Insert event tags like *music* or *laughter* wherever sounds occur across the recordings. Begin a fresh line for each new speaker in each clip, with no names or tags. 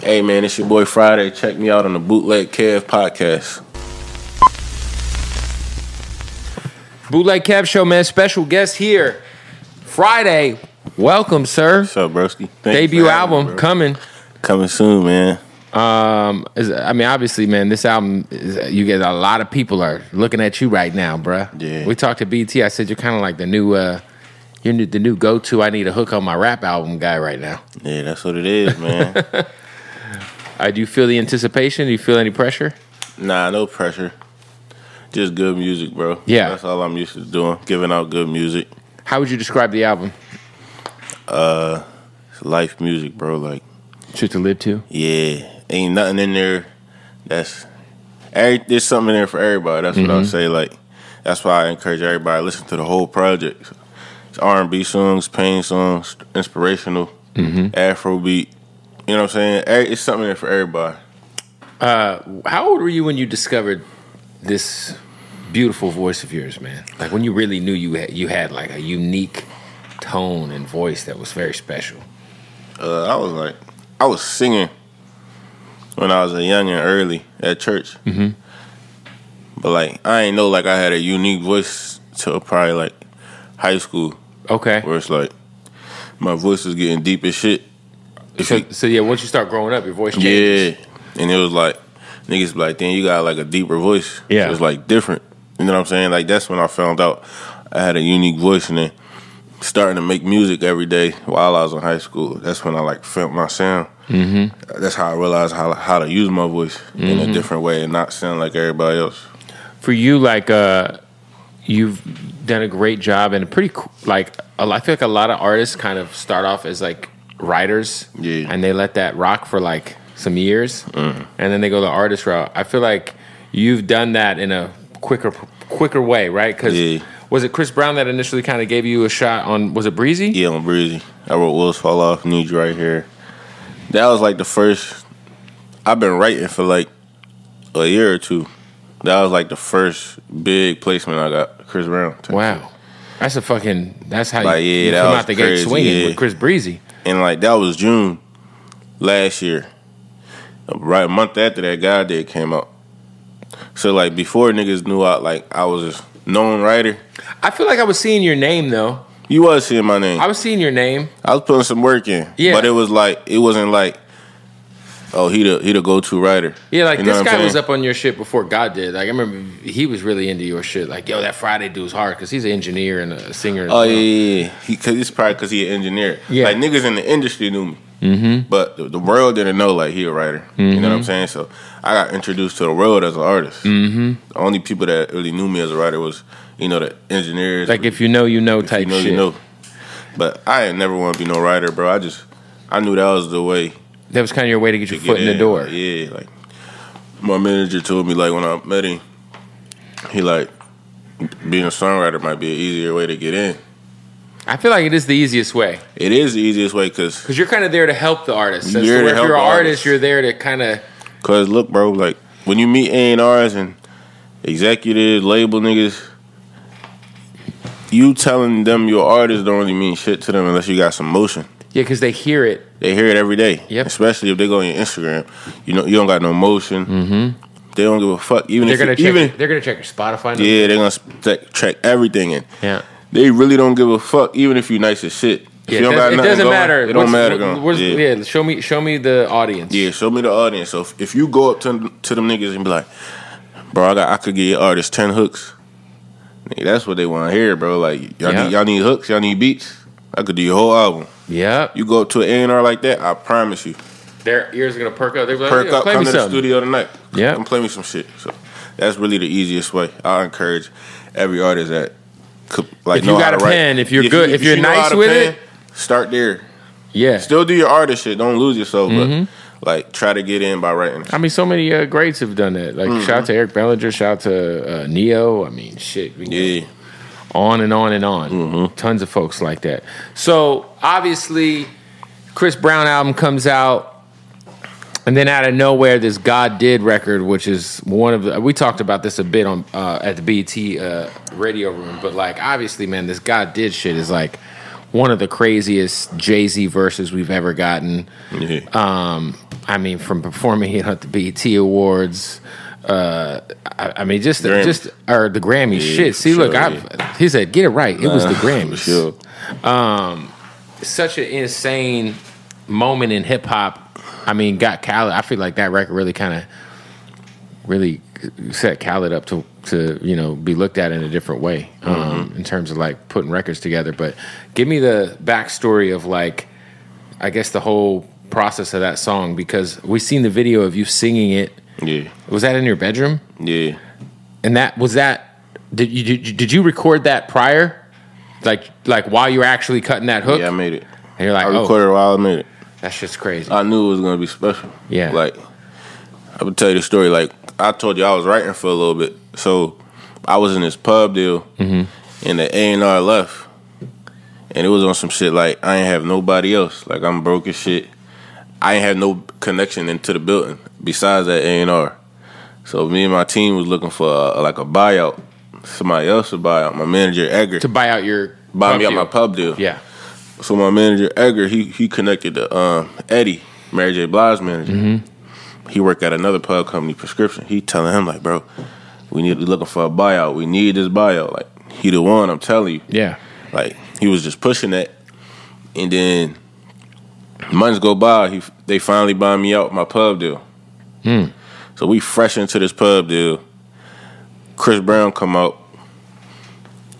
Hey man, it's your boy Friday. Check me out on the Bootleg Kev podcast.
Bootleg Cap Show, man. Special guest here. Friday. Welcome, sir.
What's up, broski? Thank you
Debut
for having
album
me, bro.
coming.
coming soon, man.
Um, is, I mean, obviously, man, this album, is, you get a lot of people are looking at you right now, bruh.
Yeah.
We talked to BT. I said you're kind of like the new, uh, you're new, the new go-to. I need a hook on my rap album guy right now.
Yeah, that's what it is, man.
*laughs* Uh, do you feel the anticipation? Do you feel any pressure?
nah, no pressure. Just good music, bro.
Yeah.
that's all I'm used to doing. Giving out good music,
How would you describe the album?
It's life music, bro. Like,
Shit to live to.
yeah, ain't nothing in there. That's every, there's something in there for everybody. That's what I say. Like, that's why I encourage everybody to listen to the whole project. It's R&B songs, pain songs, inspirational, Afrobeat. You know what I'm saying? Every- It's something in there for everybody.
How old were you when you discovered this beautiful voice of yours, man? Like when you really knew you had, you had like a unique tone and voice that was very special.
Uh, I was like, I was singing when I was a young and early at church. Mm-hmm. But like, I ain't know like I had a unique voice till probably like high school,
Okay.
where it's like my voice was getting deep as shit. If
So,
you-
so yeah, once you start growing up, your voice
yeah,
changes.
and it was like niggas be like, then you got like a deeper voice.
Yeah.
it was like different. You know what I'm saying? Like that's when I found out I had a unique voice, and then starting to make music every day while I was in high school. That's when I like felt my sound. Mm-hmm. That's how I realized how how to use my voice in a different way and not sound like everybody else.
For you, like uh, you've done a great job and a pretty co- like a lot- I feel like a lot of artists kind of start off as like writers,
Yeah. Mm-hmm.
and they let that rock for like some years, and then they go the artist route. I feel like you've done that in a quicker quicker way, right? Because
Yeah.
was it Chris Brown that initially kind of gave you a shot on? Was it Breezy?
Yeah, on Breezy. I wrote Wolves Fall Off, Need You Right Here. That was like the first. I've been writing for like a year or two. That was like the first big placement I got. Chris Brown.
Wow. That's a fucking. That's how
Like,
you,
yeah,
you
that
come
was
out the
crazy,
gate swinging
yeah.
with Chris Breezy.
And like that was June last year. Right a month after that God Day came out. So like before niggas knew I like I was a known writer.
I feel like I was seeing your name though.
You was seeing my name.
I was seeing your name.
I was putting some work in.
Yeah.
But it was like it wasn't like oh he the he the go to writer.
Yeah, like
You know
this
what I'm
guy was
saying?
up on your shit before God did. Like I remember he was really into your shit. Like, yo, that Friday dude's hard because he's an engineer and a singer. as
Oh
well.
yeah, yeah, yeah. He, cause it's probably because he an engineer.
Yeah.
Like niggas in the industry knew me, mm-hmm. but the, the world didn't know like he a writer. You know what I'm
Mm-hmm.
saying? So I got introduced to the world as an artist. Mm-hmm. The only people that really knew me as a writer was you know the engineers.
Like if you know, you know type
you know,
shit.
you know. But I ain't never want to be no writer, bro. I just I knew that was the way
That was kind of your way to get your
to
foot
get
in the door.
Like, yeah, like my manager told me like when I met him, he like being a songwriter might be an easier way to get in.
I feel like it is the easiest way
It is the easiest way because
because you're kind of there to help the artist.
You're
That's
there
the
to
way- if
help
you're an
the
artist,
artist.
you're there to kind of
Cause look, bro, like when you meet A and R's and executives, label niggas, you telling them your artist don't really mean shit to them unless you got some motion.
yeah, because they hear it.
They hear it every day.
Yep.
Especially if they go on your Instagram. You know you don't got no motion. Mm-hmm. They don't give a fuck. Even
They're
if
gonna
you,
check.
even
they're gonna check your Spotify. number.
yeah, they're gonna check, check everything in.
Yeah.
They really don't give a fuck, even if you nice as shit. If
Yeah,
you don't
it,
got
does, it
nothing
doesn't
going,
matter.
It don't
What's-
matter.
what-
going.
what's-
Yeah.
yeah, show me, show me the audience.
Yeah, show me the audience. So if, if you go up to to them niggas and be like, "Bro, I got I could get your artist ten hooks," nigga, that's what they want to hear, bro. Like y'all
Yeah.
need y'all need hooks, y'all need beats. I could do your whole album.
Yep.
You go up to an A and R like that, I promise you,
Their ears are gonna perk up. They're like,
perk
yeah,
up,
play
come
me
to the
something.
studio tonight.
Yeah.
and play me some shit. So that's really the easiest way. I encourage every artist that could like
If you
know
got
how
a
to write.
pen, if you're good- if you're
you know how
nice
to
with
pen,
it-
start there.
Yeah.
Still do your artist shit. Don't lose yourself,
Mm-hmm.
but like try to get in by writing.
I mean, so many uh, greats have done that. Like, shout out to Eric Bellinger, shout out to uh, Neo. I mean, shit, we can go
Yeah.
on and on and on. Tons of folks like that. So obviously, Chris Brown album comes out, and then out of nowhere, this God Did record, which is one of the we talked about this a bit on uh, at the BET uh, radio room, but like obviously, man, this God Did shit is like one of the craziest Jay Z verses we've ever gotten.
Yeah.
Um, I mean, from performing it at the BET Awards. Uh, I, I mean, just
Grammys.
just or the Grammy
Yeah,
shit. See,
for
look,
sure,
I he said, get it right. It was the Grammys.
sure.
Um, such an insane moment in hip hop. I mean, got Khaled. I feel like that record really kind of really set Khaled up to to you know be looked at in a different way um, in terms of like putting records together. But give me the backstory of like, I guess the whole process of that song because we seen the video of you singing it.
Yeah,
Was that in your bedroom?
yeah.
And that was that. Did you did you, did you record that prior, like like while you were actually cutting that hook?
Yeah, I made it.
and you're
I
like,
recorded
oh,
it while I made it.
that shit's crazy.
I knew it was gonna be special.
Yeah.
Like I would tell you the story. Like I told you, I was writing for a little bit. So I was in this pub deal,
Mm-hmm.
and the A and R left, and it was on some shit like I ain't have nobody else. Like I'm broke as shit. I ain't have no connection into the building besides that A and R. So me and my team was looking for uh, like a buyout. Somebody else to buy out. My manager Edgar
to buy out your
buy me out my
deal.
pub deal.
Yeah,
So my manager Edgar, he he connected to um, Eddie, Mary J. Blige's manager. He worked at another pub company, Prescription. He telling him like, bro, we need we looking for a buyout. We need this buyout. Like he the one. I'm telling you.
yeah,
Like he was just pushing that, and then months go by. He they finally buy me out my pub deal. So we fresh into this pub deal. Chris Brown come out,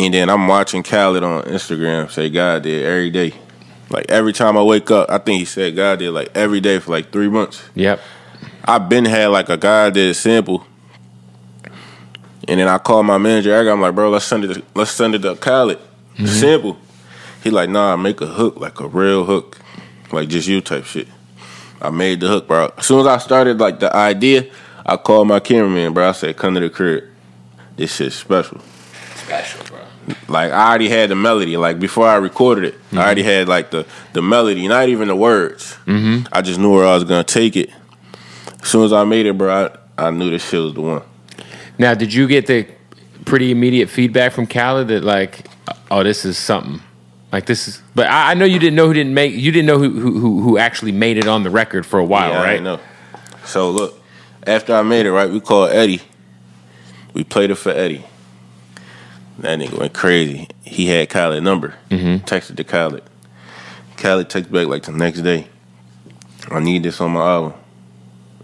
and then I'm watching Khaled on Instagram say God did every day. Like every time I wake up, I think he said God did like every day for like three months.
yep.
I've been had like a guy did sample, and then I called my manager. Eric, I'm like, bro, let's send it. To, let's send it to Khaled. Sample. He like, nah, make a hook like a real hook, like just you type shit. I made the hook, bro. As soon as I started like the idea, I called my cameraman, bro. I said, come to the crib. This shit's special.
Special, bro.
Like I already had the melody. Like before I recorded it, I already had like the the melody, not even the words. Mm-hmm. I just knew where I was gonna take it. As soon as I made it, bro, I, I knew this shit was the one.
Now, did you get the pretty immediate feedback from Khaled that like, oh, this is something. Like this is, but I, I know you didn't know who didn't make. You didn't know who who who- who actually made it on the record for a while,
Yeah, I
right?
didn't know. So look, after I made it, right, we called Eddie. We played it for Eddie. That nigga went crazy. He had Khaled number.
Mm-hmm.
Texted to Khaled. Khaled texted back like the next day. I need this on my album.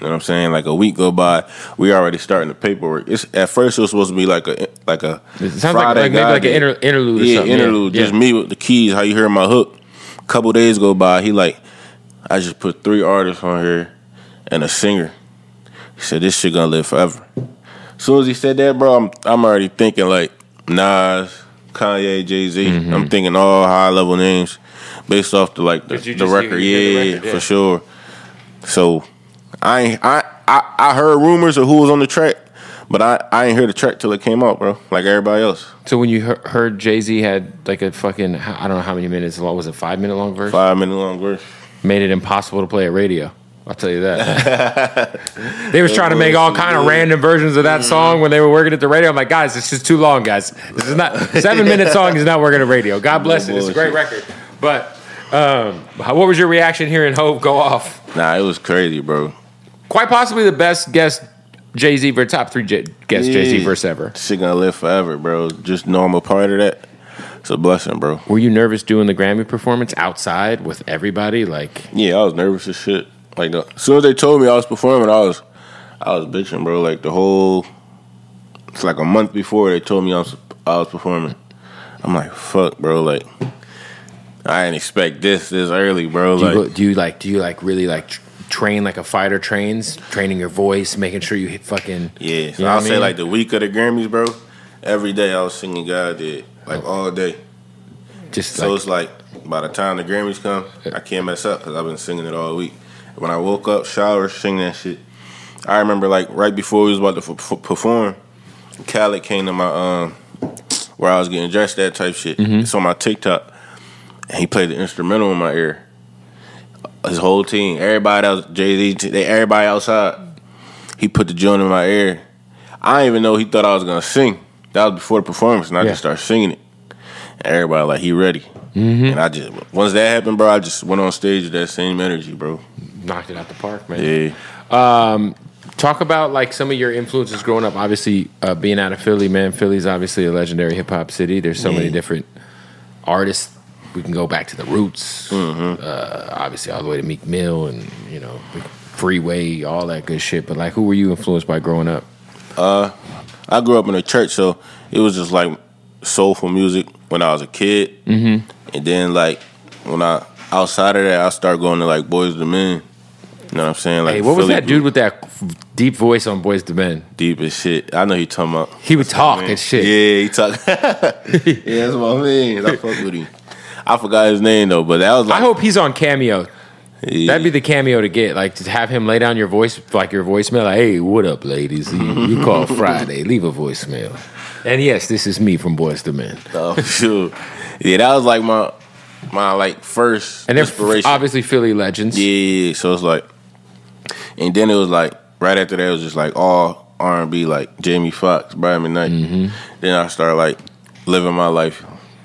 You know what I'm saying? Like a week go by, we already starting the paperwork. It's at first it was supposed to be like a like a
It sounds like- like maybe
guy
like an
day.
inter- interlude or
Yeah,
something, yeah.
interlude. Just
Yeah.
me with the keys. How you hear my hook? Couple days go by, he like, I just put three artists on here and a singer. He said this shit gonna live forever. As soon as he said that, bro, I'm I'm already thinking like Nas, Kanye, Jay Z.
Mm-hmm.
am thinking all high level names based off the like the,
'Cause you
the
just hear-
record.
you hear the
yeah,
record, yeah.
for sure. So I ain't- I I I heard rumors of who was on the track, But I, I ain't hear the track till it came out, bro. Like everybody else.
So when you heard, heard Jay Z had like a fucking I don't know how many minutes long was it five minute long verse
Five minute long verse.
made it impossible to play at radio. I'll tell you that. they was trying to make all kind of random versions of that song when they were working at the radio. I'm like, guys, this is too long, guys. This is not seven minute song is not working at radio. God bless it. It's a great record. But um, how- what was your reaction hearing Hope go off?
Nah, it was crazy, bro.
Quite possibly the best guest Jay Z or top three J- guest Jay Z
Yeah.
verse ever.
Shit gonna live forever, bro. Just know I'm a part of that. It's a blessing, bro.
Were you nervous doing the Grammy performance outside with everybody? Like
Yeah, I was nervous as shit. Like the, as soon as they told me I was performing, I was I was bitching, bro. Like the whole it's like a month before they told me I was I was performing. I'm like, fuck, bro. Like I didn't expect this this early, bro.
Do you,
Like
go, do you like? Do you like really like tr- train like a fighter trains, training your voice, making sure you hit fucking
yeah. So
You know
I'll
what I
say
mean?
like the week of the Grammys, bro. Every day I was singing God did like all day.
just
So
like,
it's like by the time the Grammys come, I can't mess up because I've been singing it all week. When I woke up, shower, sing that shit. I remember like right before we was about to f- f- perform, Khaled came to my um where I was getting dressed, that type shit. It's on my TikTok, and he played the instrumental in my ear. His whole team, everybody else, Jay Z, they everybody outside. He put the joint in my ear. I didn't even know he thought I was gonna sing. That was before the performance, and I
Yeah.
just started singing it. And everybody like he ready. And I just once that happened, bro, I just went on stage with that same energy, bro.
knocked it out the park, man.
Yeah.
Talk about like some of your influences growing up. Obviously, uh, being out of Philly, man. Philly's obviously a legendary hip hop city. There's so many
Yeah.
different artists. We can go back to the roots,
Mm-hmm.
uh, obviously all the way to Meek Mill and you know Freeway, all that good shit. But like, who were you influenced by growing up?
I grew up in a church, so it was just like soulful music when I was a kid. Mm-hmm. And then like when I outside of that, I started going to like Boys the Men. You know what I'm saying? Like
Hey, what was
Philly
that dude with that deep voice on Boys to Men?
deep as shit? I know he talking about.
He would talk
Man.
and shit.
Yeah, he talk. *laughs* yeah, that's what I mean. I fuck with him. I forgot his name though, but that was like
I hope he's on cameo.
Yeah.
That'd be the cameo to get, like to have him lay down your voice, like your voicemail, like, "Hey, what up, ladies? You,
*laughs*
you call Friday, leave a voicemail." And yes, this is me from Boys to Men.
*laughs* Oh shoot. Yeah, that was like my my like first
And they're f-
inspiration.
obviously Philly legends.
yeah, yeah, yeah. So it's like and then it was like right after that it was just like all R and B like Jamie Foxx, Brian McKnight.
Mm-hmm.
Then I started like living my life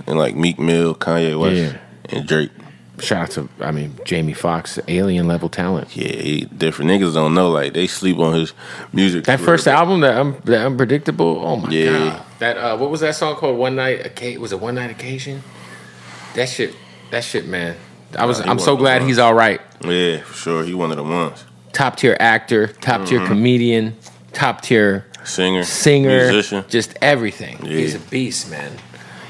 and like Meek Mill, Kanye West
Yeah.
and Drake.
Shout out to, I mean, Jamie Foxx, alien level talent.
Yeah, he, different niggas don't know. Like they sleep on his music.
That
career,
first
but-
album, that, un- that unpredictable. Oh my
Yeah.
god! That uh, what was that song called? One night, Occa- was it one night occasion? That shit, that shit, man. I was.
Nah, he
I'm so
wasn't
glad
wrong.
he's all right.
Yeah, for sure. He one of the ones.
Top tier actor, top tier comedian, top tier
Mm-hmm. Singer.
singer,
Musician.
just everything.
Yeah.
He's a beast, man.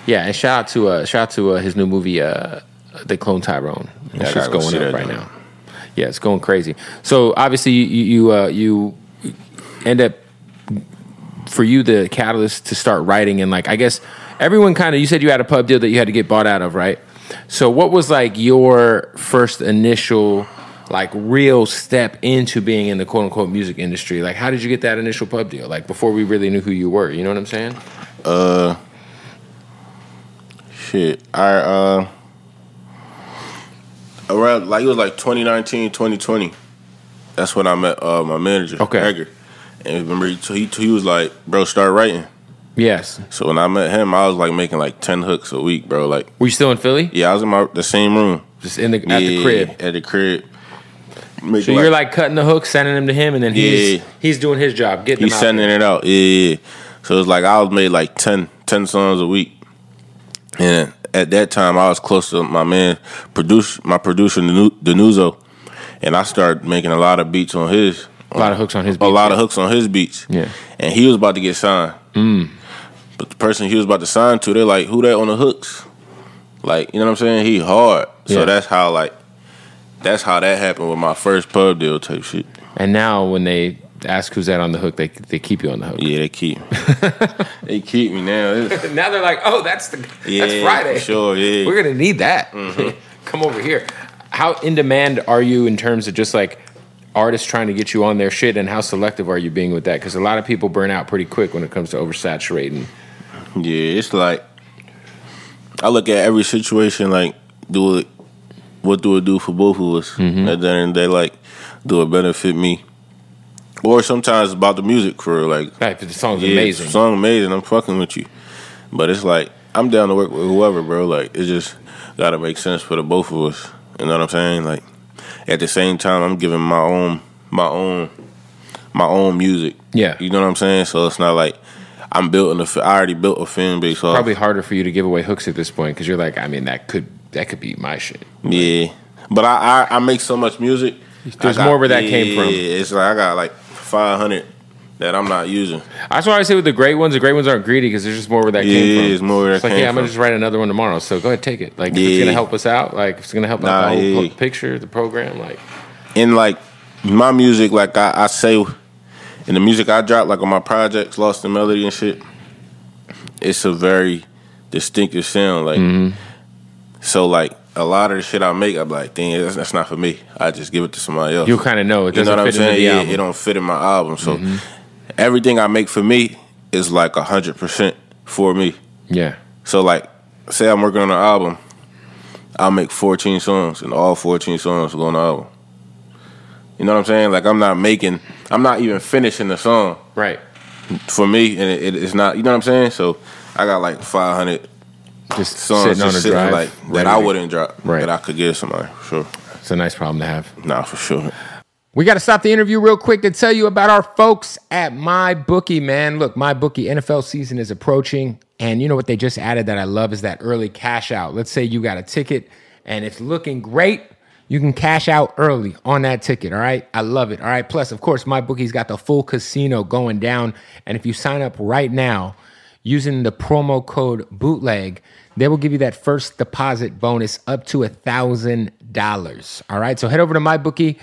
Yeah, and shout out to uh, shout out to uh, his new movie, uh, The Clone Tyrone.
Yeah, I
That's
gotta go
going
see
up
that
right
joint.
now. Yeah, it's going crazy. So obviously, you you, uh, you end up for you the catalyst to start writing and like I guess everyone kind of you said you had a pub deal that you had to get bought out of, right? So what was like your first initial like real step into being in the quote unquote music industry? Like how did you get that initial pub deal? Like before we really knew who you were, you know what I'm saying?
Shit. I uh around like it was like 2019, 2020. That's when I met uh my manager,
Okay.
Edgar. And remember he, he he was like, "Bro, start writing."
Yes.
So when I met him, I was like making like 10 hooks a week, bro. Like,
Were you still in Philly?
yeah, I was in my the same room
Just in the at the
Yeah,
crib.
At the crib.
So you're like cutting the hook, sending them to him, and then he's
Yeah.
he's doing his job, getting
He's
them out
sending
there.
it out. Yeah, yeah. yeah. So it's like I was made like 10, 10 songs a week. And at that time I was close to my man produce my producer Danu- Danuzo. And I started making a lot of beats on his
a lot of hooks on his
a
beat.
lot of hooks on his beats.
Yeah.
And he was about to get signed. Mm. But the person he was about to sign to, they're like, who that on the hooks? Like, you know what I'm saying? He hard. So
Yeah.
that's how like that's how that happened with my first pub deal type shit.
And now when they ask who's that on the hook, they they keep you on the hook.
Yeah, they keep me. they keep me now. It's-
Now they're like, oh, that's the
Yeah,
that's Friday.
for sure, yeah. Mm-hmm.
We're *laughs* gonna need that. Come over here. How in demand are you in terms of just like artists trying to get you on their shit, and how selective are you being with that? Because a lot of people burn out pretty quick when it comes to oversaturating.
Yeah, it's like I look at every situation like do it what do it do for both of us?
Mm-hmm.
At the end of the day, like, do it benefit me? Or sometimes about the music career, like
Right, but the song's
yeah,
amazing.
Song amazing, I'm fucking with you. But it's like I'm down to work with whoever, bro. Like it just gotta make sense for the both of us. You know what I'm saying? Like at the same time I'm giving my own my own my own music.
Yeah.
You know what I'm saying? So it's not like I'm building a f- I already built a fan base off.
Probably harder for you to give away hooks at this point because you're like, I mean, that could that could be my shit.
Yeah, but I I, I make so much music.
There's
I got-
more where that came from.
yeah, It's like I got like 500 that I'm not using.
That's why I say with the great ones, the great ones aren't greedy because there's just more where that
Yeah,
came from.
there's more where
it's
that
like,
came
yeah, I'm gonna
from.
just write another one tomorrow. So go ahead, take it. Like if it's
Yeah.
gonna help us out, like if it's gonna help out
Nah,
the whole
yeah.
pl- picture, the program, like
And like my music, like I, I say, in the music I drop, like on my projects, Lost in Melody and shit, it's a very distinctive sound. Like
Mm-hmm.
so, like a lot of the shit I make, I'm like, dang, that's, that's not for me. I just give it to somebody else.
you'll kind of know it doesn't fit into the
yeah,
album. Mm-hmm.
it don't fit in my album. So everything I make for me is like hundred percent for me.
yeah,
So like, say I'm working on an album, I'll make fourteen songs, and all fourteen songs will go on the album. You know what I'm saying? Like I'm not making, I'm not even finishing the song
right.
for me, and it, it's not. You know what I'm saying? So I got like 500
Just
songs
sitting on
just
a
sitting
drive,
like that
ready
I
to-
wouldn't drop,
Right.
that I could give somebody. for Sure,
It's a nice problem to have.
nah, for sure.
We got to stop the interview real quick to tell you about our folks at MyBookie, man. Look, MyBookie NFL season is approaching. And you know what they just added that I love is that early cash out. Let's say you got a ticket and it's looking great. You can cash out early on that ticket. All right. I love it. All right. Plus, of course, MyBookie's got the full casino going down. And if you sign up right now, using the promo code bootleg they will give you that first deposit bonus up to a thousand dollars all right so head over to my bookie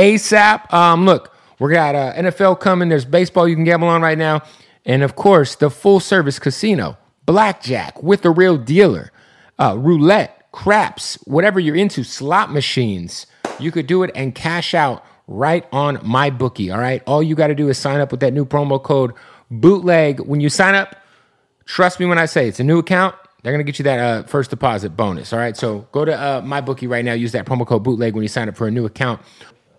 asap um, look we got uh, nfl coming there's baseball you can gamble on right now and of course the full service casino blackjack with the real dealer uh, roulette craps whatever you're into slot machines you could do it and cash out right on my bookie all right all you got to do is sign up with that new promo code bootleg when you sign up Trust me when I say it's a new account. They're gonna get you that uh, first deposit bonus. All right, so go to uh, my bookie right now. Use that promo code bootleg when you sign up for a new account.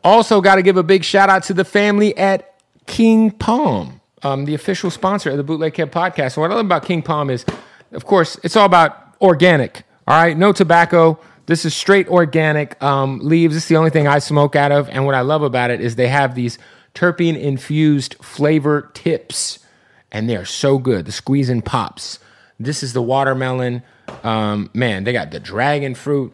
Also, got to give a big shout out to the family at King Palm, um, the official sponsor of the Bootleg Kid podcast. And what I love about King Palm is, of course, it's all about organic. All right, no tobacco. This is straight organic um, leaves. It's the only thing I smoke out of. And what I love about it is they have these terpene infused flavor tips and they are so good. The squeeze and pops. This is the watermelon. Um, man, they got the dragon fruit.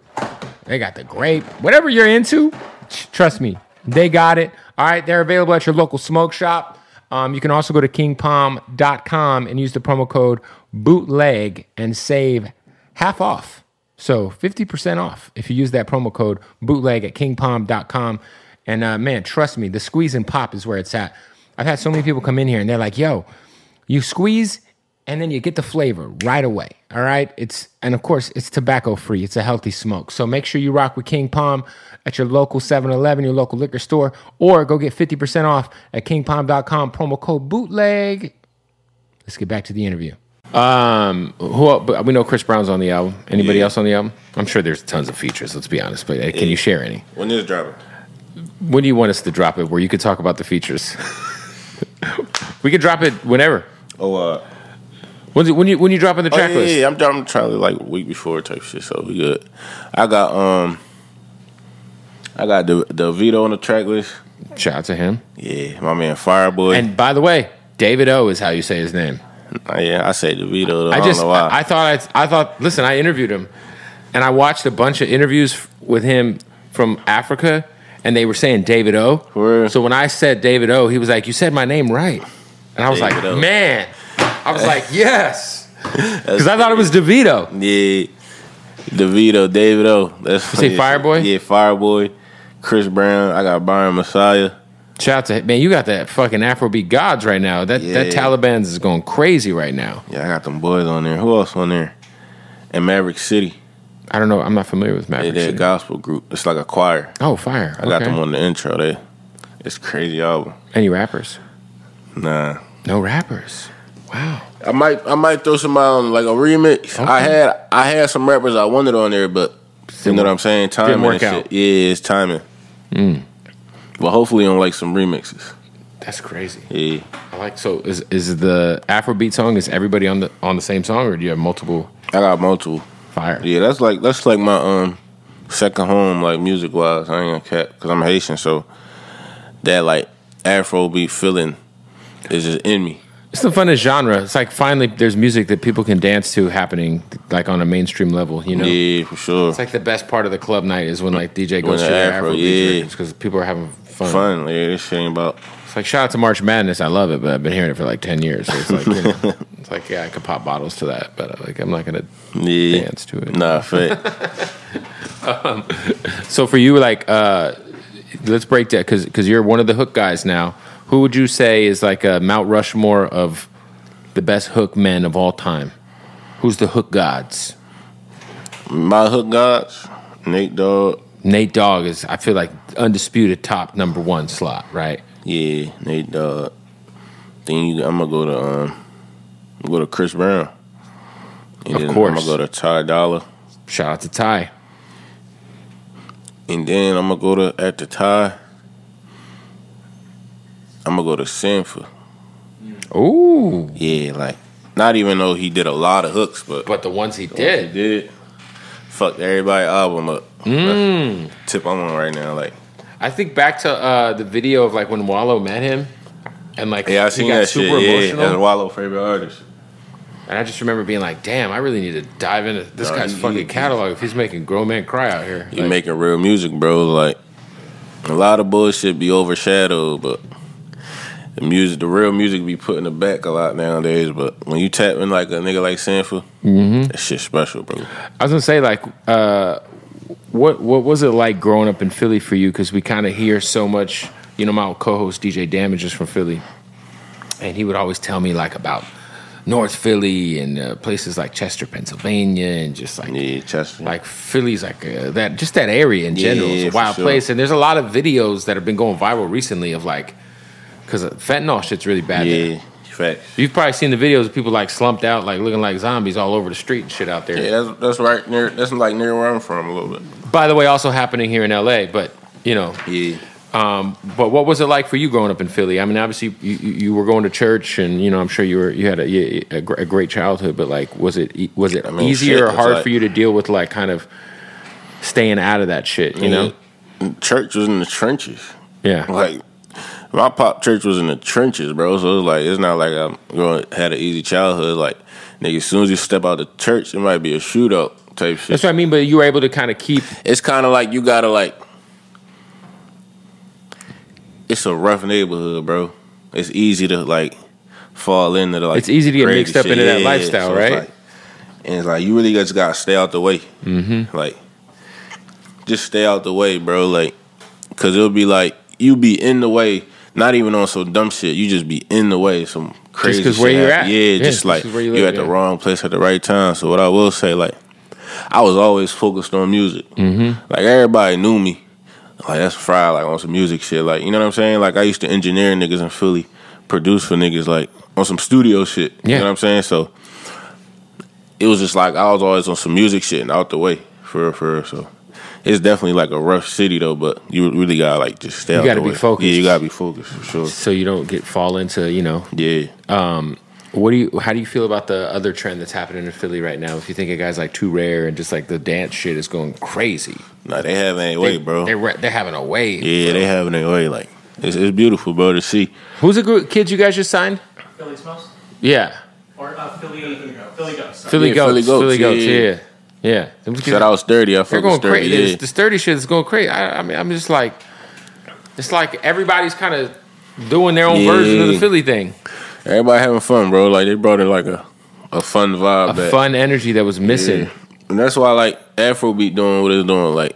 They got the grape. Whatever you're into, t- trust me, they got it. All right, they're available at your local smoke shop. Um, you can also go to kingpalm.com and use the promo code bootleg and save half off. So 50% off if you use that promo code bootleg at kingpalm.com. And uh, man, trust me, the squeeze and pop is where it's at. I've had so many people come in here and they're like, yo, you squeeze and then you get the flavor right away. All right. It's, and of course, it's tobacco free. It's a healthy smoke. So make sure you rock with King Palm at your local 7 Eleven, your local liquor store, or go get 50% off at kingpalm.com, promo code bootleg. Let's get back to the interview. Um, who el- but we know Chris Brown's on the album. Anybody
Yeah.
else on the album? I'm sure there's tons of features. Let's be honest, but uh, can you share any?
When this dropping?
When do you want us to drop it? Where you could talk about the features? *laughs* we could drop it whenever.
Oh, uh,
When's it, when you when you dropping the
oh, yeah,
track list?
yeah, yeah, I'm dropping the track list, like a week before type shit. So we good. I got um, I got the the Vito on the track list.
Shout out to him.
Yeah, my man Fireboy.
And by the way, David O is how you say his name.
Uh, yeah, I say DeVito. Though. I,
I
don't
just
know why.
I, I thought I, I thought listen, I interviewed him and I watched a bunch of interviews f- with him from Africa and they were saying David O.
For real?
So when I said David O, he was like, "You said my name right." And I was
David
like,
O.
"Man." I
*laughs*
was like, "Yes." Cuz I thought it was DeVito.
yeah, DeVito, David O. That's
You say Fireboy?
Yeah, Fireboy, Chris Brown. I got Byron Messiah.
Shout out to man, you got that fucking Afrobeat gods right now. That that
Yeah.
Taliban's is going crazy right now.
Yeah, I got them boys on there. Who else on there? And Maverick City.
I don't know. I'm not familiar with
They
Maverick.
did a
City.
gospel group. It's like a choir.
Oh, fire!
I got
Okay.
them on the intro. They It's a crazy album.
Any rappers?
Nah.
No rappers. Wow.
I might I might throw some out on like a remix. I had I had some rappers I wanted on there, but you know what I'm saying? Timing and
work
shit.
out. Mm.
Yeah, it's timing. But hopefully on like some remixes.
That's crazy.
Yeah.
I like so is is the Afrobeat song is everybody on the on the same song or do you have multiple
I got multiple.
fire?
Yeah, that's like that's like my um second home, like music wise. I ain't gonna cap because I'm Haitian, so that like Afrobeat feeling is just in me.
It's the funnest genre. It's like finally there's music that people can dance to happening like on a mainstream level, you know.
Yeah, for sure.
It's like the best part of the club night is when like DJ
When
goes to
the
their
Afro,
Afrobeat
yeah.
because people are having fun.
fun. Like, this shit ain't about.
It's like shout out to March Madness. I love it, but I've been hearing it for like ten years. So it's like you
*laughs*
know, it's like yeah, I could pop bottles to that, but uh, like I'm not gonna
Yeah.
dance to it.
Nah, fact.
*laughs* So for you, like, uh, let's break that because you're one of the hook guys now. Who would you say is like a Mount Rushmore of the best hook men of all time? Who's the hook gods?
My hook gods, Nate Dogg.
Nate Dogg is, I feel like, undisputed top number one slot, right?
Yeah, Nate Dogg. Then you, I'm gonna go to um, go to Chris Brown. And
Of
then I'm gonna
course.
go to Ty Dolla,
Shout out to Ty.
and then I'm gonna go to after Ty. I'm gonna go to Sinfa.
Ooh,
Yeah, like not even though he did a lot of hooks, but,
but the ones he
he
did.
did fucked everybody album up.
Mm.
That's the tip I'm on right now, like
I think back to uh, the video of like when Wallow met him, and like
yeah, I
he
seen
got
that
super
shit. Yeah,
emotional.
that's Wallow favorite artist.
And I just remember being like, damn, I really need to dive into this
No,
guy's
you-
fucking
you-
catalog if he's making grown man cry out here.
You
Like,
making real music, bro. Like a lot of bullshit be overshadowed, but the music, the real music, be put in the back a lot nowadays. But when you tap in like a nigga like Sanford, that shit special, bro.
I was gonna say like, uh, what what was it like growing up in Philly for you? Because we kind of hear so much. You know, my co-host DJ Damage is from Philly, and he would always tell me like about North Philly and uh, places like Chester, Pennsylvania, and just like
Yeah, Chester.
like Philly's like uh, that just that area in general
Yeah,
is a
for
wild
sure.
place and there's a lot of videos that have been going viral recently of like because fentanyl shit's really bad there.
yeah, facts.
You've probably seen the videos of people like slumped out, like looking like zombies all over the street and shit out there.
Yeah, that's that's right near. That's like near where I'm from a little bit.
By the way, also happening here in LA, but you know.
Yeah.
Um, but what was it like for you growing up in Philly? I mean, obviously you, you, you were going to church, and you know, I'm sure you were you had a, you- a, gr- a great childhood. But like, was it e- was it
I mean,
easier
shit,
or
it's
hard
like-
for you to deal with like kind of staying out of that shit? You know,
Yeah. church was in the trenches.
yeah.
Mm-hmm. Like my pop church was in the trenches, bro. So it's like it's not like I'm growing had an easy childhood. Like nigga, as soon as you step out the church, it might be a shootout type shit.
That's what I mean. But you were able to kind of keep
It's kind of like you gotta like. It's a rough neighborhood, bro. It's easy to like fall into the like.
It's easy to get
crazy
mixed up
shit.
into that
Yeah,
lifestyle,
it's
right?
like- and it's like you really just gotta stay out the way. Mm-hmm. Like, just stay out the way, bro. Like, cause it'll be like you be in the way, not even on some dumb shit. You just be in the way, some crazy.
'cause
shit
where you're
happen.
at.
yeah,
Yeah,
just
this
like
is where you
you
live,
at the
yeah.
wrong place at the right time. So what I will say, like, I was always focused on music. Mm-hmm. Like everybody knew me. Like that's fry, like on some music shit. Like you know what I'm saying? Like I used to engineer niggas in Philly, produce for niggas, like on some studio shit.
Yeah.
You know what I'm saying? So it was just like I was always on some music shit and out the way for real, for real. So it's definitely like a rough city though, but you really gotta like just stay.
You
out
gotta
the
be
way.
focused.
Yeah, you gotta be focused for sure.
so you don't get fall into you know
Yeah.
Um, what do you? How do you feel about the other trend that's happening in Philly right now? If you think a guy's like too rare and just like the dance shit is going crazy,
Nah, they having their
They-
way, bro.
They're re- they're having a wave.
yeah, they having their way. Like it's, it's beautiful, bro, to see.
Who's the group kids you guys just signed?
Philly Smells?
Yeah,
Or uh, Philly, Philly Ghost. sorry.
Philly
Yeah,
Goats.
Philly
Philly
Goats,
Goats.
yeah, yeah.
yeah, yeah. Them kids-
Shout out Sturdy, I
They're
fuck with
going
Sturdy.
crazy.
Yeah.
The sturdy shit is going crazy. I, I mean, I'm just like, it's like everybody's kind of doing their own
Yeah.
version of the Philly thing.
Everybody having fun, bro. Like they brought in like a a fun vibe.
A
back.
fun energy that was missing.
Yeah. And that's why like Afrobeat doing what it's doing. Like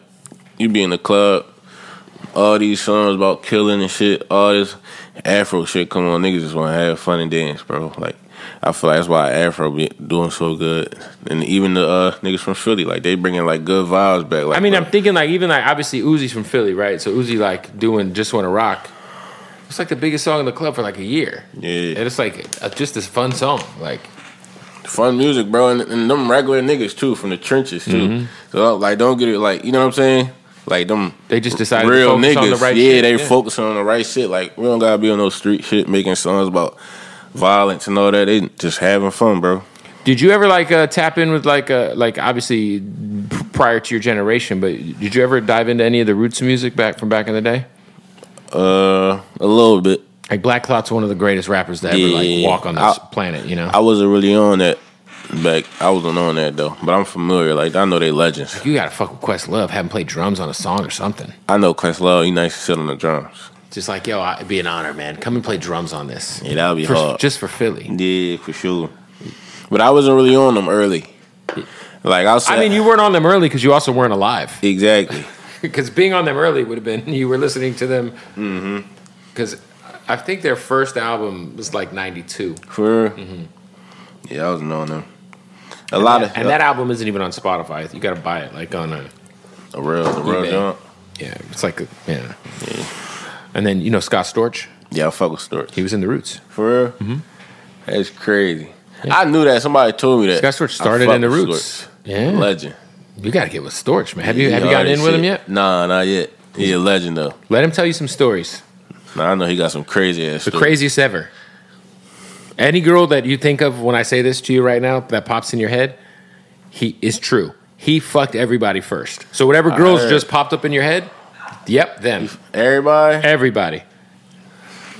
you be in the club, all these songs about killing and shit, all this Afro shit come on, niggas just wanna have fun and dance, bro. Like I feel like that's why Afrobeat doing so good. And even the uh, niggas from Philly, like they bringing like good vibes back. Like,
I mean,
bro,
I'm thinking like even like obviously Uzi's from Philly, right? So Uzi like doing just want to rock. It's like the biggest song in the club for like a year.
Yeah.
and it's like uh, just this fun song. Like
fun music, bro, and, and them regular niggas too from the trenches too.
Mm-hmm.
So like, don't get it like you know what I'm saying. Like them,
They just decided to
real
focus
niggas.
on the right
yeah,
shit,
they
yeah.
focusing on the right shit. Like we don't gotta be on no street shit making songs about violence and all that. They just having fun, bro.
Did you ever like uh, tap in with like uh, like obviously p- prior to your generation, but did you ever dive into any of the roots music back from back in the day?
Uh, a little bit.
Like Black Clot's one of the greatest rappers to ever
Yeah.
like walk on this
I-
planet, you know.
I wasn't really on that back. I wasn't on that though, but I'm familiar. Like I know they legends.
you gotta fuck with Questlove, have him play drums on a song or something.
I know Questlove. He nice to sit on the drums.
Just like yo, I- it'd be an honor, man. Come and play drums on this.
Yeah, that would be
For-
hard.
just for Philly.
Yeah, for sure. But I wasn't really on them early. Like I was.
I mean, you weren't on them early because you also weren't alive. *laughs*
exactly.
because being on them early would have been *laughs* you were listening to them
Mm-hmm.
because I think their first album was like '92,
For real? yeah, I was knowing them. A lot of
Mm-hmm. and that album isn't even on Spotify. You got to buy it like on a
a real, a real
eBay.
jump.
yeah, it's like a, yeah. And then you know Scott Storch,
Yeah, I fuck with Storch.
he was in the Roots.
For real, mm-hmm. that's crazy. I knew that somebody told me that.
Scott Storch
I
started
fuck
in the
with
Roots.
Storch.
Yeah.
legend.
You got to get with Storch, man. Have you
He
have you
hard
gotten
as
in with him
shit.
yet?
Nah, not yet. He a legend though.
Let him tell you some stories,
Nah, I know he got some crazy ass.
the
stories.
craziest ever. Any girl that you think of when I say this to you right now that pops in your head, he is true. He fucked everybody first. So whatever girls
heard.
just popped up in your head, yep, them.
Everybody,
Everybody.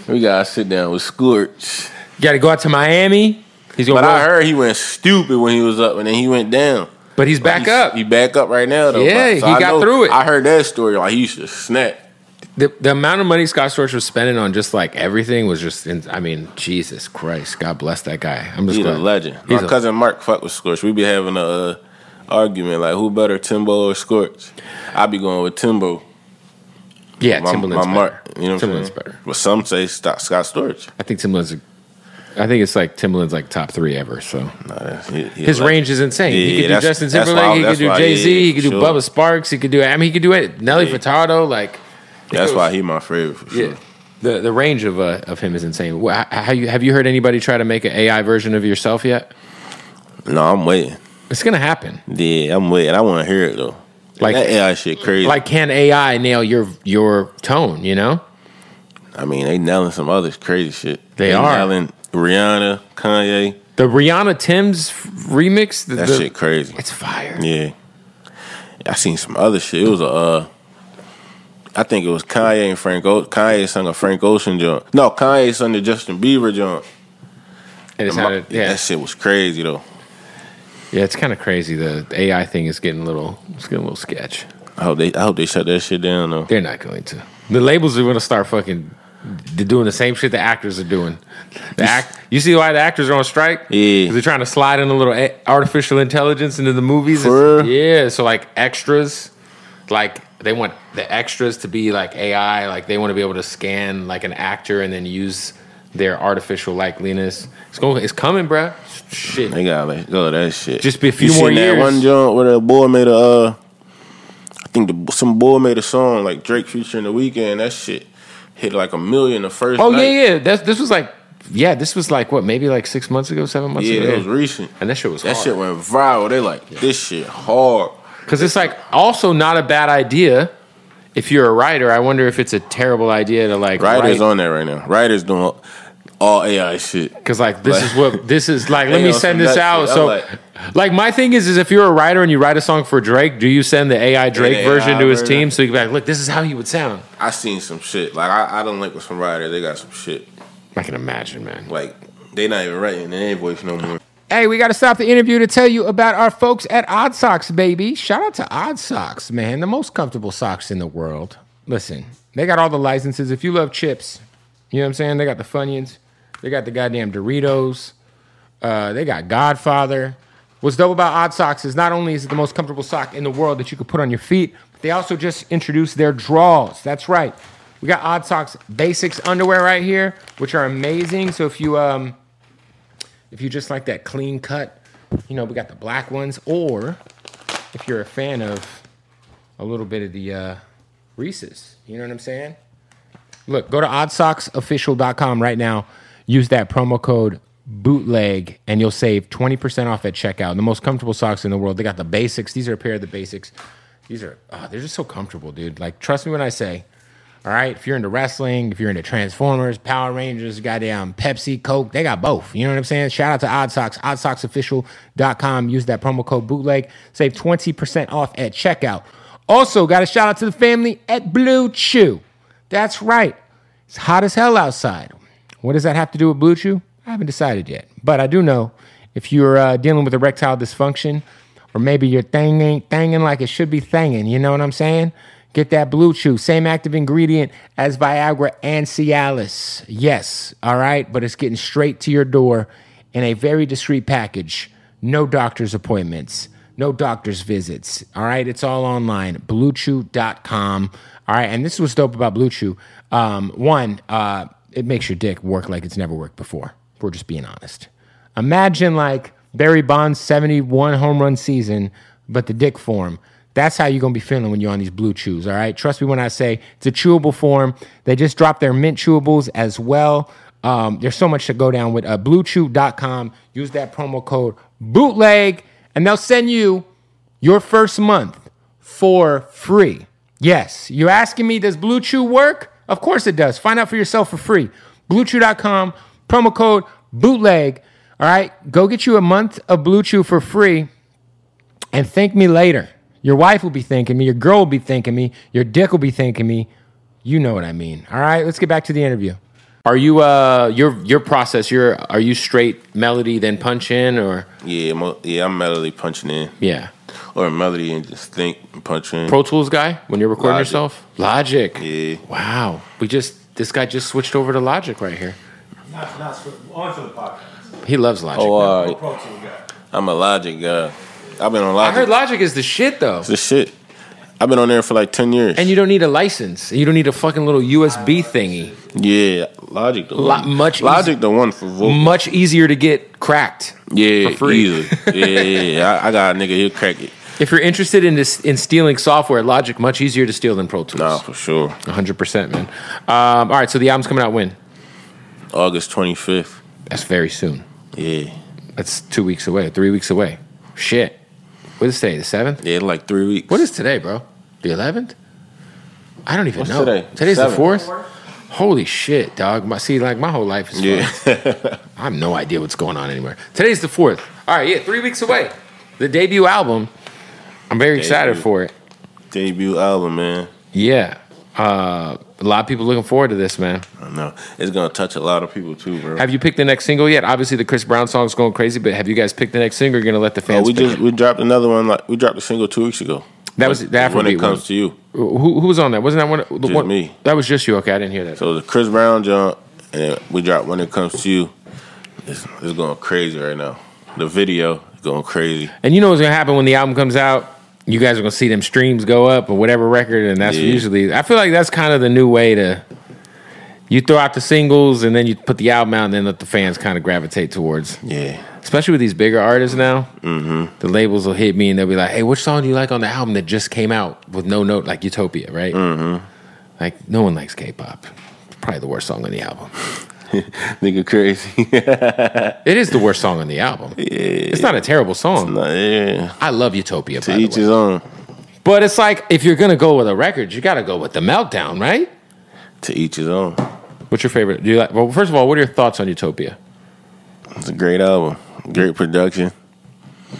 we gotta sit down with Scorch.
You got to go out to Miami. He's going
But
to
I heard he went stupid when he was up, and then he went down.
But he's back
He's-
up.
He back up right now though.
Yeah,
Like,
he
I
got
know-
through it.
I heard that story. Like he used to snap.
the, the amount of money Scott Storch was spending on just like everything was just, in, I mean, Jesus Christ. God bless that guy. I'm just
He's a
glad.
legend.
He's
My
a-
cousin Mark fuck with Scorch. We be having a uh, argument like who better, Timbo or Scorch? I be going with Timbo.
Yeah,
My,
Timberland's
my
better.
Mark, you know what
Timberland's
I'm saying?
better.
But some say Scott, Scott Storch.
I think Timberland's, I think it's like Timberland's like top three ever. So
Nah, that's- he- he
his
a legend.
range is insane.
Yeah,
he could do
that's-
Justin
that's why-
Timberlake. He could
that's
do
why,
Jay Z.
yeah,
he could
for
do
sure.
Bubba Sparks. He could do. I mean, he could do it. Nelly
Yeah.
Furtado. Like,
That's why he my favorite. For sure.
yeah, the the range of uh, of him is insane. Wha- How, how you have you heard anybody try to make an AI version of yourself yet?
No, I'm waiting.
It's gonna happen.
Yeah, I'm waiting. I want to hear it though. Like
Like-
that AI shit crazy.
Like, can AI nail your your tone? You know,
I mean, they nailing some other crazy shit.
They are.
nailing Rihanna, Kanye.
the Rihanna Tim's remix. The,
That
the-
shit crazy.
It's fire.
Yeah. I seen some other shit. It was a uh I think it was Kanye and Frank o- Kanye sung a Frank Ocean joint. No, Kanye sung the Justin Bieber joint.
And it's
The
had
mo-
a- yeah,
That shit was crazy though.
yeah. It's kind of crazy. The AI thing is getting a little. It's getting a little sketch.
I hope they I hope they shut that shit down though.
They're not going to. The labels are going to start fucking they're doing the same shit the actors are doing. The act, you see why the actors are on strike?
Yeah.
'Cause they're trying to slide in a little a- artificial intelligence into the movies.
For real?
Yeah, so like extras, like they want the extras to be like AI, like they want to be able to scan like an actor and then use their artificial likeliness. It's going, it's coming, bruh. Shit,
They gotta let go of that shit.
Just be a few
you
more
seen
years.
That one joint where the boy made a uh I think the, some boy made a song like Drake featuring the weekend. That shit hit like a million the first
Oh
night.
yeah, yeah. That's this was like, yeah, this was like what, maybe like six months ago, seven months
Yeah,
ago.
that was recent.
and that shit was
That
hard.
shit went viral. They like this shit hard.
Because it's like also not a bad idea if you're a writer. I wonder if it's a terrible idea to like
Writers on that right now. Writers doing all AI shit.
because like this is what this is like. Let
They
me
on
send
some
this
nut
out.
shit. I'm
So,
like-
like my thing is, is if you're a writer and you write a song for Drake, do you send the AI Drake
AI
version to his
version.
team so you can be like, look, this is how he would sound?
I seen some shit. Like I, I don't link with some writers. They got some shit.
I can imagine, man.
Like they not even writing their voice no more.
Hey, we got to stop the interview to tell you about our folks at Odd Socks, baby. Shout out to Odd Socks, man, the most comfortable socks in the world. Listen, they got all the licenses. If you love chips, you know what I'm saying? They got the Funyuns, they got the goddamn Doritos, uh, they got Godfather. What's dope about Odd Socks is not only is it the most comfortable sock in the world that you could put on your feet, but they also just introduced their draws. That's right. We got Odd Socks Basics underwear right here, which are amazing. So if you um, if you just like that clean cut, you know, we got the black ones. Or if you're a fan of a little bit of the uh, Reese's, you know what I'm saying? Look, go to oddsocksofficial.com right now. Use that promo code bootleg and you'll save 20% off at checkout. The most comfortable socks in the world. They got the basics. These are a pair of the basics. These are, oh, they're just so comfortable, dude. Like, trust me when I say, all right, if you're into wrestling, if you're into Transformers, Power Rangers, goddamn Pepsi, Coke, they got both. You know what I'm saying? Shout out to Odd Socks, oddsocksofficial.com. Use that promo code bootleg. Save 20% off at checkout. Also, got a shout out to the family at Blue Chew. That's right. It's hot as hell outside. What does that have to do with Blue Chew? I haven't decided yet. But I do know if you're uh, dealing with erectile dysfunction, or maybe your thing ain't thanging like it should be thanging, you know what I'm saying? Get that Blue Chew, same active ingredient as Viagra and Cialis. Yes, all right, but it's getting straight to your door in a very discreet package. No doctor's appointments, no doctor's visits. All right, it's all online. BlueChew.com. All right, and this was dope about Blue Chew. Um, one, uh, it makes your dick work like it's never worked before. If we're just being honest. Imagine like Barry Bonds' 71 home run season, but the dick form. That's how you're gonna be feeling when you're on these blue chews, all right? Trust me when I say it's a chewable form. They just dropped their mint chewables as well. Um, there's so much to go down with. Uh, BlueChew.com. Use that promo code bootleg, and they'll send you your first month for free. Yes, you're asking me, does Blue Chew work? Of course it does. Find out for yourself for free. BlueChew.com, promo code bootleg. All right, go get you a month of Blue Chew for free and thank me later. Your wife will be thanking me, your girl will be thanking me, your dick will be thanking me. You know what I mean. All right, let's get back to the interview.
Are you uh your your process? Your are you straight melody then punch in or
Yeah, mo- yeah, I'm melody punching in,
yeah?
or melody and just think and punch in.
Pro Tools guy when you're recording
Logic.
yourself? Logic.
Yeah.
Wow. We just this guy just switched over to Logic right here.
Not, not for, on to the podcast.
He loves Logic.
oh,
man.
all right.
Pro Tool guy.
I'm a Logic guy. I've been on
I
Logic.
heard Logic is the shit though.
the shit. I've been on there for like ten years.
And you don't need a license. You don't need a fucking little USB thingy.
yeah, Logic. The
Lo-
one.
much
Logic the one for vocal.
Much easier to get cracked.
yeah,
for free.
easily. Yeah, yeah, yeah. I, I got a nigga. He'll crack it.
If you're interested in this, in stealing software, Logic much easier to steal than Pro Tools.
Nah, for sure.
100%, man. Um, all right, so the album's coming out when?
August 25th.
That's very soon.
Yeah,
That's two weeks away, three weeks away. Shit. What is today? The seventh?
yeah. Like three weeks.
What is today, bro? The eleventh? I don't even
What's
know.
today?
Today's the
Seventh.
fourth. Holy shit, dog! My, see, like my whole life is. Yeah.
Yeah.
I have no idea what's going on anywhere. Today's the fourth. All right, yeah, three weeks away. The debut album. I'm very excited
Debut.
for it.
*laughs* Debut album, man.
Yeah. Uh, a lot of people looking forward to this, man.
I know it's gonna touch a lot of people too, bro.
Have you picked the next single yet? Obviously, the Chris Brown song's going crazy, but have you guys picked the next single? You're gonna let the
Oh,
fans.
we
pick
just
it?
we dropped another one. Like we dropped a single two weeks ago.
That was the
when
Afrobeat
it
one.
comes to you.
Who, who was on that? Wasn't that one? the
Just
one-
me.
That was just you. Okay, I didn't hear that.
So the Chris Brown jump, and we dropped when it comes to you. It's, it's going crazy right now. The video is going crazy.
and you know what's gonna happen when the album comes out? You guys are gonna see them streams go up or whatever record, and that's
Yeah.
usually. I feel like that's kind of the new way to. You throw out the singles and then you put the album out, and then let the fans kind of gravitate towards.
Yeah,
Especially with these bigger artists now,
Mm-hmm.
the labels will hit me and they'll be like, "Hey, which song do you like on the album that just came out with no note, like Utopia, right? Mm-hmm. Like no one likes K-pop. Probably the worst song on the album.
*laughs* nigga, crazy.
It is the worst song on the
*laughs*
album. It's not a terrible song.
Nah, yeah,
I love Utopia,
to
by the
each
way.
his own.
but it's like if you're gonna go with a record, you gotta go with the meltdown, right?
To each his own.
What's your favorite? Do you like? Well, first of all, what are your thoughts on Utopia?
It's a great album. Great production.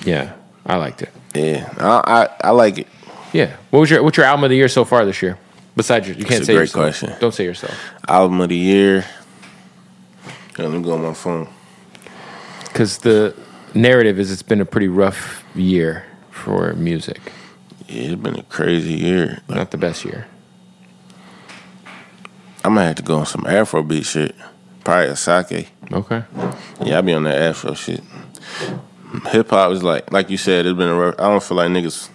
Yeah, I liked it.
Yeah, I I, I like it.
Yeah, what was your what's your album of the year so far this year? Besides your, you can't
a
say
great
yourself.
question.
Don't say yourself
Album of the year. Yeah, let me go on my phone.
because the narrative is it's been a pretty rough year for music.
Yeah, it's been a crazy year. Like,
Not the best year.
I might have to go on some Afrobeat shit. Probably a sake.
Okay.
Yeah, I be on that Afro shit. Hip hop is like, like you said, it's been a rough. I don't feel like niggas,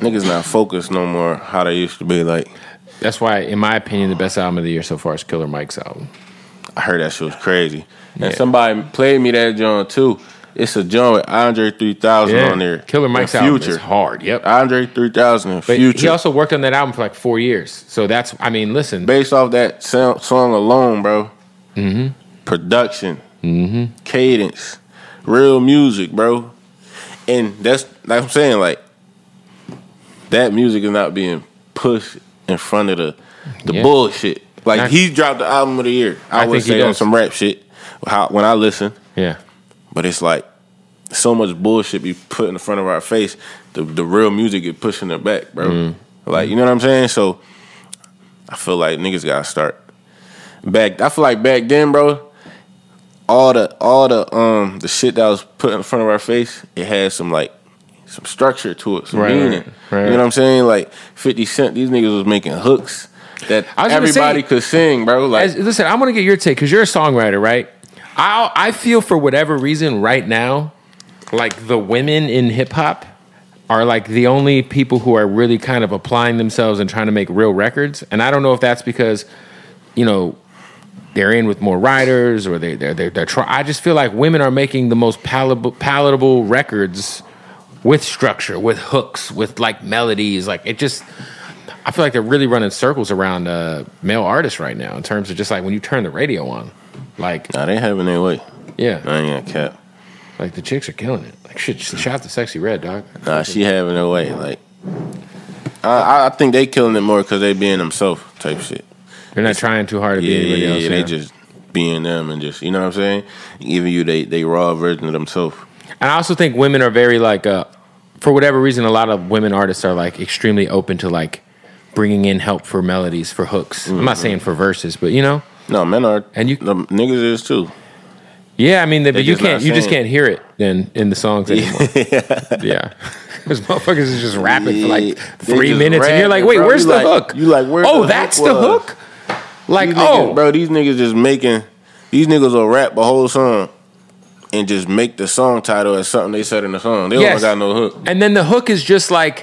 niggas not focused no more how they used to be. Like,
That's why, in my opinion, the best album of the year so far is Killer Mike's album.
I heard that shit was crazy. And
Yeah.
somebody played me that joint too. It's a joint with Andre 3000
Yeah.
on there.
Killer Mike's
and
album is hard. Yep.
Andre 3000 and
But
Future.
he also worked on that album for like four years. So that's, I mean, listen.
Based off that sound, song alone, bro.
Mm-hmm.
Production,
Mm-hmm.
cadence, real music, bro. And that's like I'm saying, like that music is not being pushed in front of the the
Yeah.
bullshit. Like
Not-
he dropped the album of the year. I,
I
would
think he
say on
does.
some rap shit. How when I listen,
Yeah.
But it's like so much bullshit be put in front of our face. The the real music get pushing it back, bro.
Mm.
Like you know what I'm saying. So I feel like niggas gotta start back. I feel like back then, bro. All the all the um the shit that was put in front of our face, it had some like some structure to it, some
Right,
meaning.
right, right.
You know what I'm saying? Like Fifty Cent, these niggas was making hooks that
I was gonna
everybody
say-
could sing, bro. Like
As- listen, I'm gonna get your take because you're a songwriter, right? I I feel for whatever reason right now, like the women in hip hop are like the only people who are really kind of applying themselves and trying to make real records. And I don't know if that's because you know they're in with more writers or they they're they're, they're try- I just feel like women are making the most palatable palatable records with structure, with hooks, with like melodies, like it just I feel like they're really running circles around uh, male artists right now in terms of just like when you turn the radio on, like
nah, they having their way.
yeah,
I ain't gonna cap.
like the chicks are killing it. Like shit, just shout out to sexy red dog.
Nah, she having her way. Like, I, I think they killing it more because they being themselves type shit.
They're not trying too hard to
Yeah,
be anybody
yeah,
else.
yeah.
yeah.
They just being them and just you know what I'm saying, giving you they they raw version of themselves.
And I also think women are very like, uh, for whatever reason, a lot of women artists are like extremely open to like bringing in help for melodies, for hooks. I'm not
Mhm.
saying for verses, but you know,
No, men are
and you
the niggas is too.
yeah, I mean,
They
but you
just not
can't, you just
saying.
can't hear it then in the
*laughs*
songs anymore. yeah. *laughs* Because motherfuckers is just rapping for
Yeah,
like
they
three
just
minutes, and you're
rapping,
like, wait,
bro.
where's
You
the
like-
hook?
You like where?
oh, that's the
was.
hook. Like,
These niggas-
oh,
bro, these niggas just making these niggas will rap a whole song and just make the song title as something they said in the song. They
Yes.
don't got no hook.
and then the hook is just like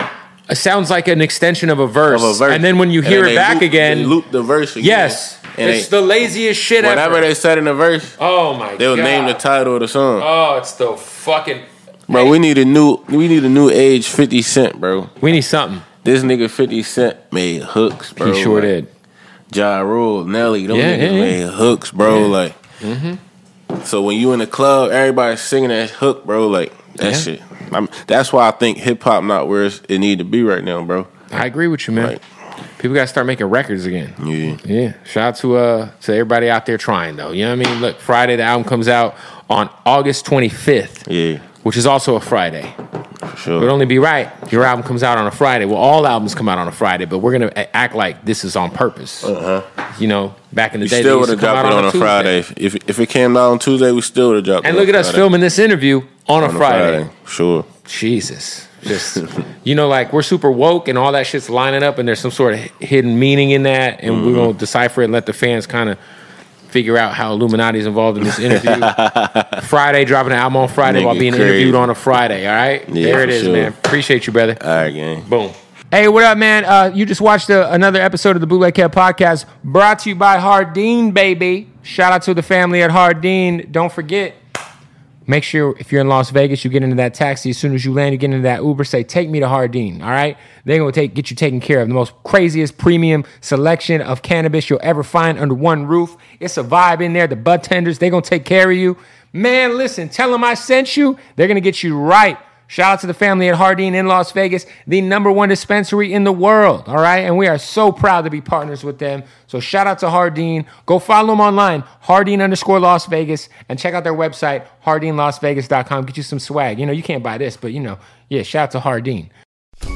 it sounds like an extension of a verse,
of a verse.
and then when you
And
hear
then
it
they
back
loop-
again,
they loop the verse again.
yes,
And
it's
they-
the laziest shit
whenever
ever.
they said in the verse,
oh my
they'll
god,
name the title of the song.
oh, it's the fucking.
Bro, we need a new we need a new age 50 Cent, bro.
We need something.
This nigga 50 Cent made hooks, bro.
he
Like,
sure did.
Ja Rule, Nelly, them
Yeah,
niggas
yeah, yeah.
made hooks, bro.
Yeah. Mm-hmm.
Like so when you in the club, everybody's singing that hook, bro. Like that
Yeah.
shit. I'm, that's why I think hip hop not where it's, it need to be right now, bro.
I agree with you, man. People gotta start making records again.
Yeah.
Yeah. Shout out to uh to everybody out there trying though. You know what I mean? Look, Friday the album comes out on August 25th,
Yeah.
which is also a Friday.
For
It
sure.
would only be right. if Your album comes out on a Friday. Well, all albums come out on a Friday, but we're gonna a- act like this is on purpose. Uh-huh. You know, back in the
we
day,
still
would
would have dropped it on a
Tuesday.
Friday. If, if if it came out on Tuesday, we still would have dropped
And
it.
look
on
at us
Friday.
filming this interview on a,
On a
Friday.
Sure.
Jesus.
*laughs*
Just you know, like we're super woke and all that shit's lining up, and there's some sort of h- hidden meaning in that, and
Mm-hmm.
we're gonna decipher it and let the fans kind of figure out how Illuminati's involved in this interview.
*laughs*
Friday, dropping an album on Friday while
Nigga
being
crazy.
interviewed on a Friday. All right,
Yeah,
there it
for
is,
sure.
man. Appreciate you, brother.
All right, gang.
Boom. Hey, what up, man? Uh, you just watched a, another episode of the Bootleg Cat Podcast brought to you by Hardeen, baby. Shout out to the family at Hardeen. Don't forget, make sure if you're in Las Vegas, you get into that taxi. As soon as you land, you get into that Uber, say, take me to Hardeen, all right? They're going to take get you taken care of. The most craziest premium selection of cannabis you'll ever find under one roof. It's a vibe in there. The butt tenders, they're going to take care of you. Man, listen, tell them I sent you. They're going to get you right. Shout out to the family at Hardeen in Las Vegas, the number one dispensary in the world. All right. And we are so proud to be partners with them. So shout out to Hardeen. Go follow them online, Hardeen underscore Las Vegas, and check out their website, hardeenlasvegas.com. Get you some swag. You know, you can't buy this, but you know, yeah, shout out to Hardeen.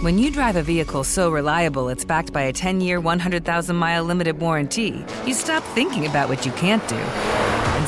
When you drive a vehicle so reliable it's backed by a 10 year, 100,000 mile limited warranty, you stop thinking about what you can't do and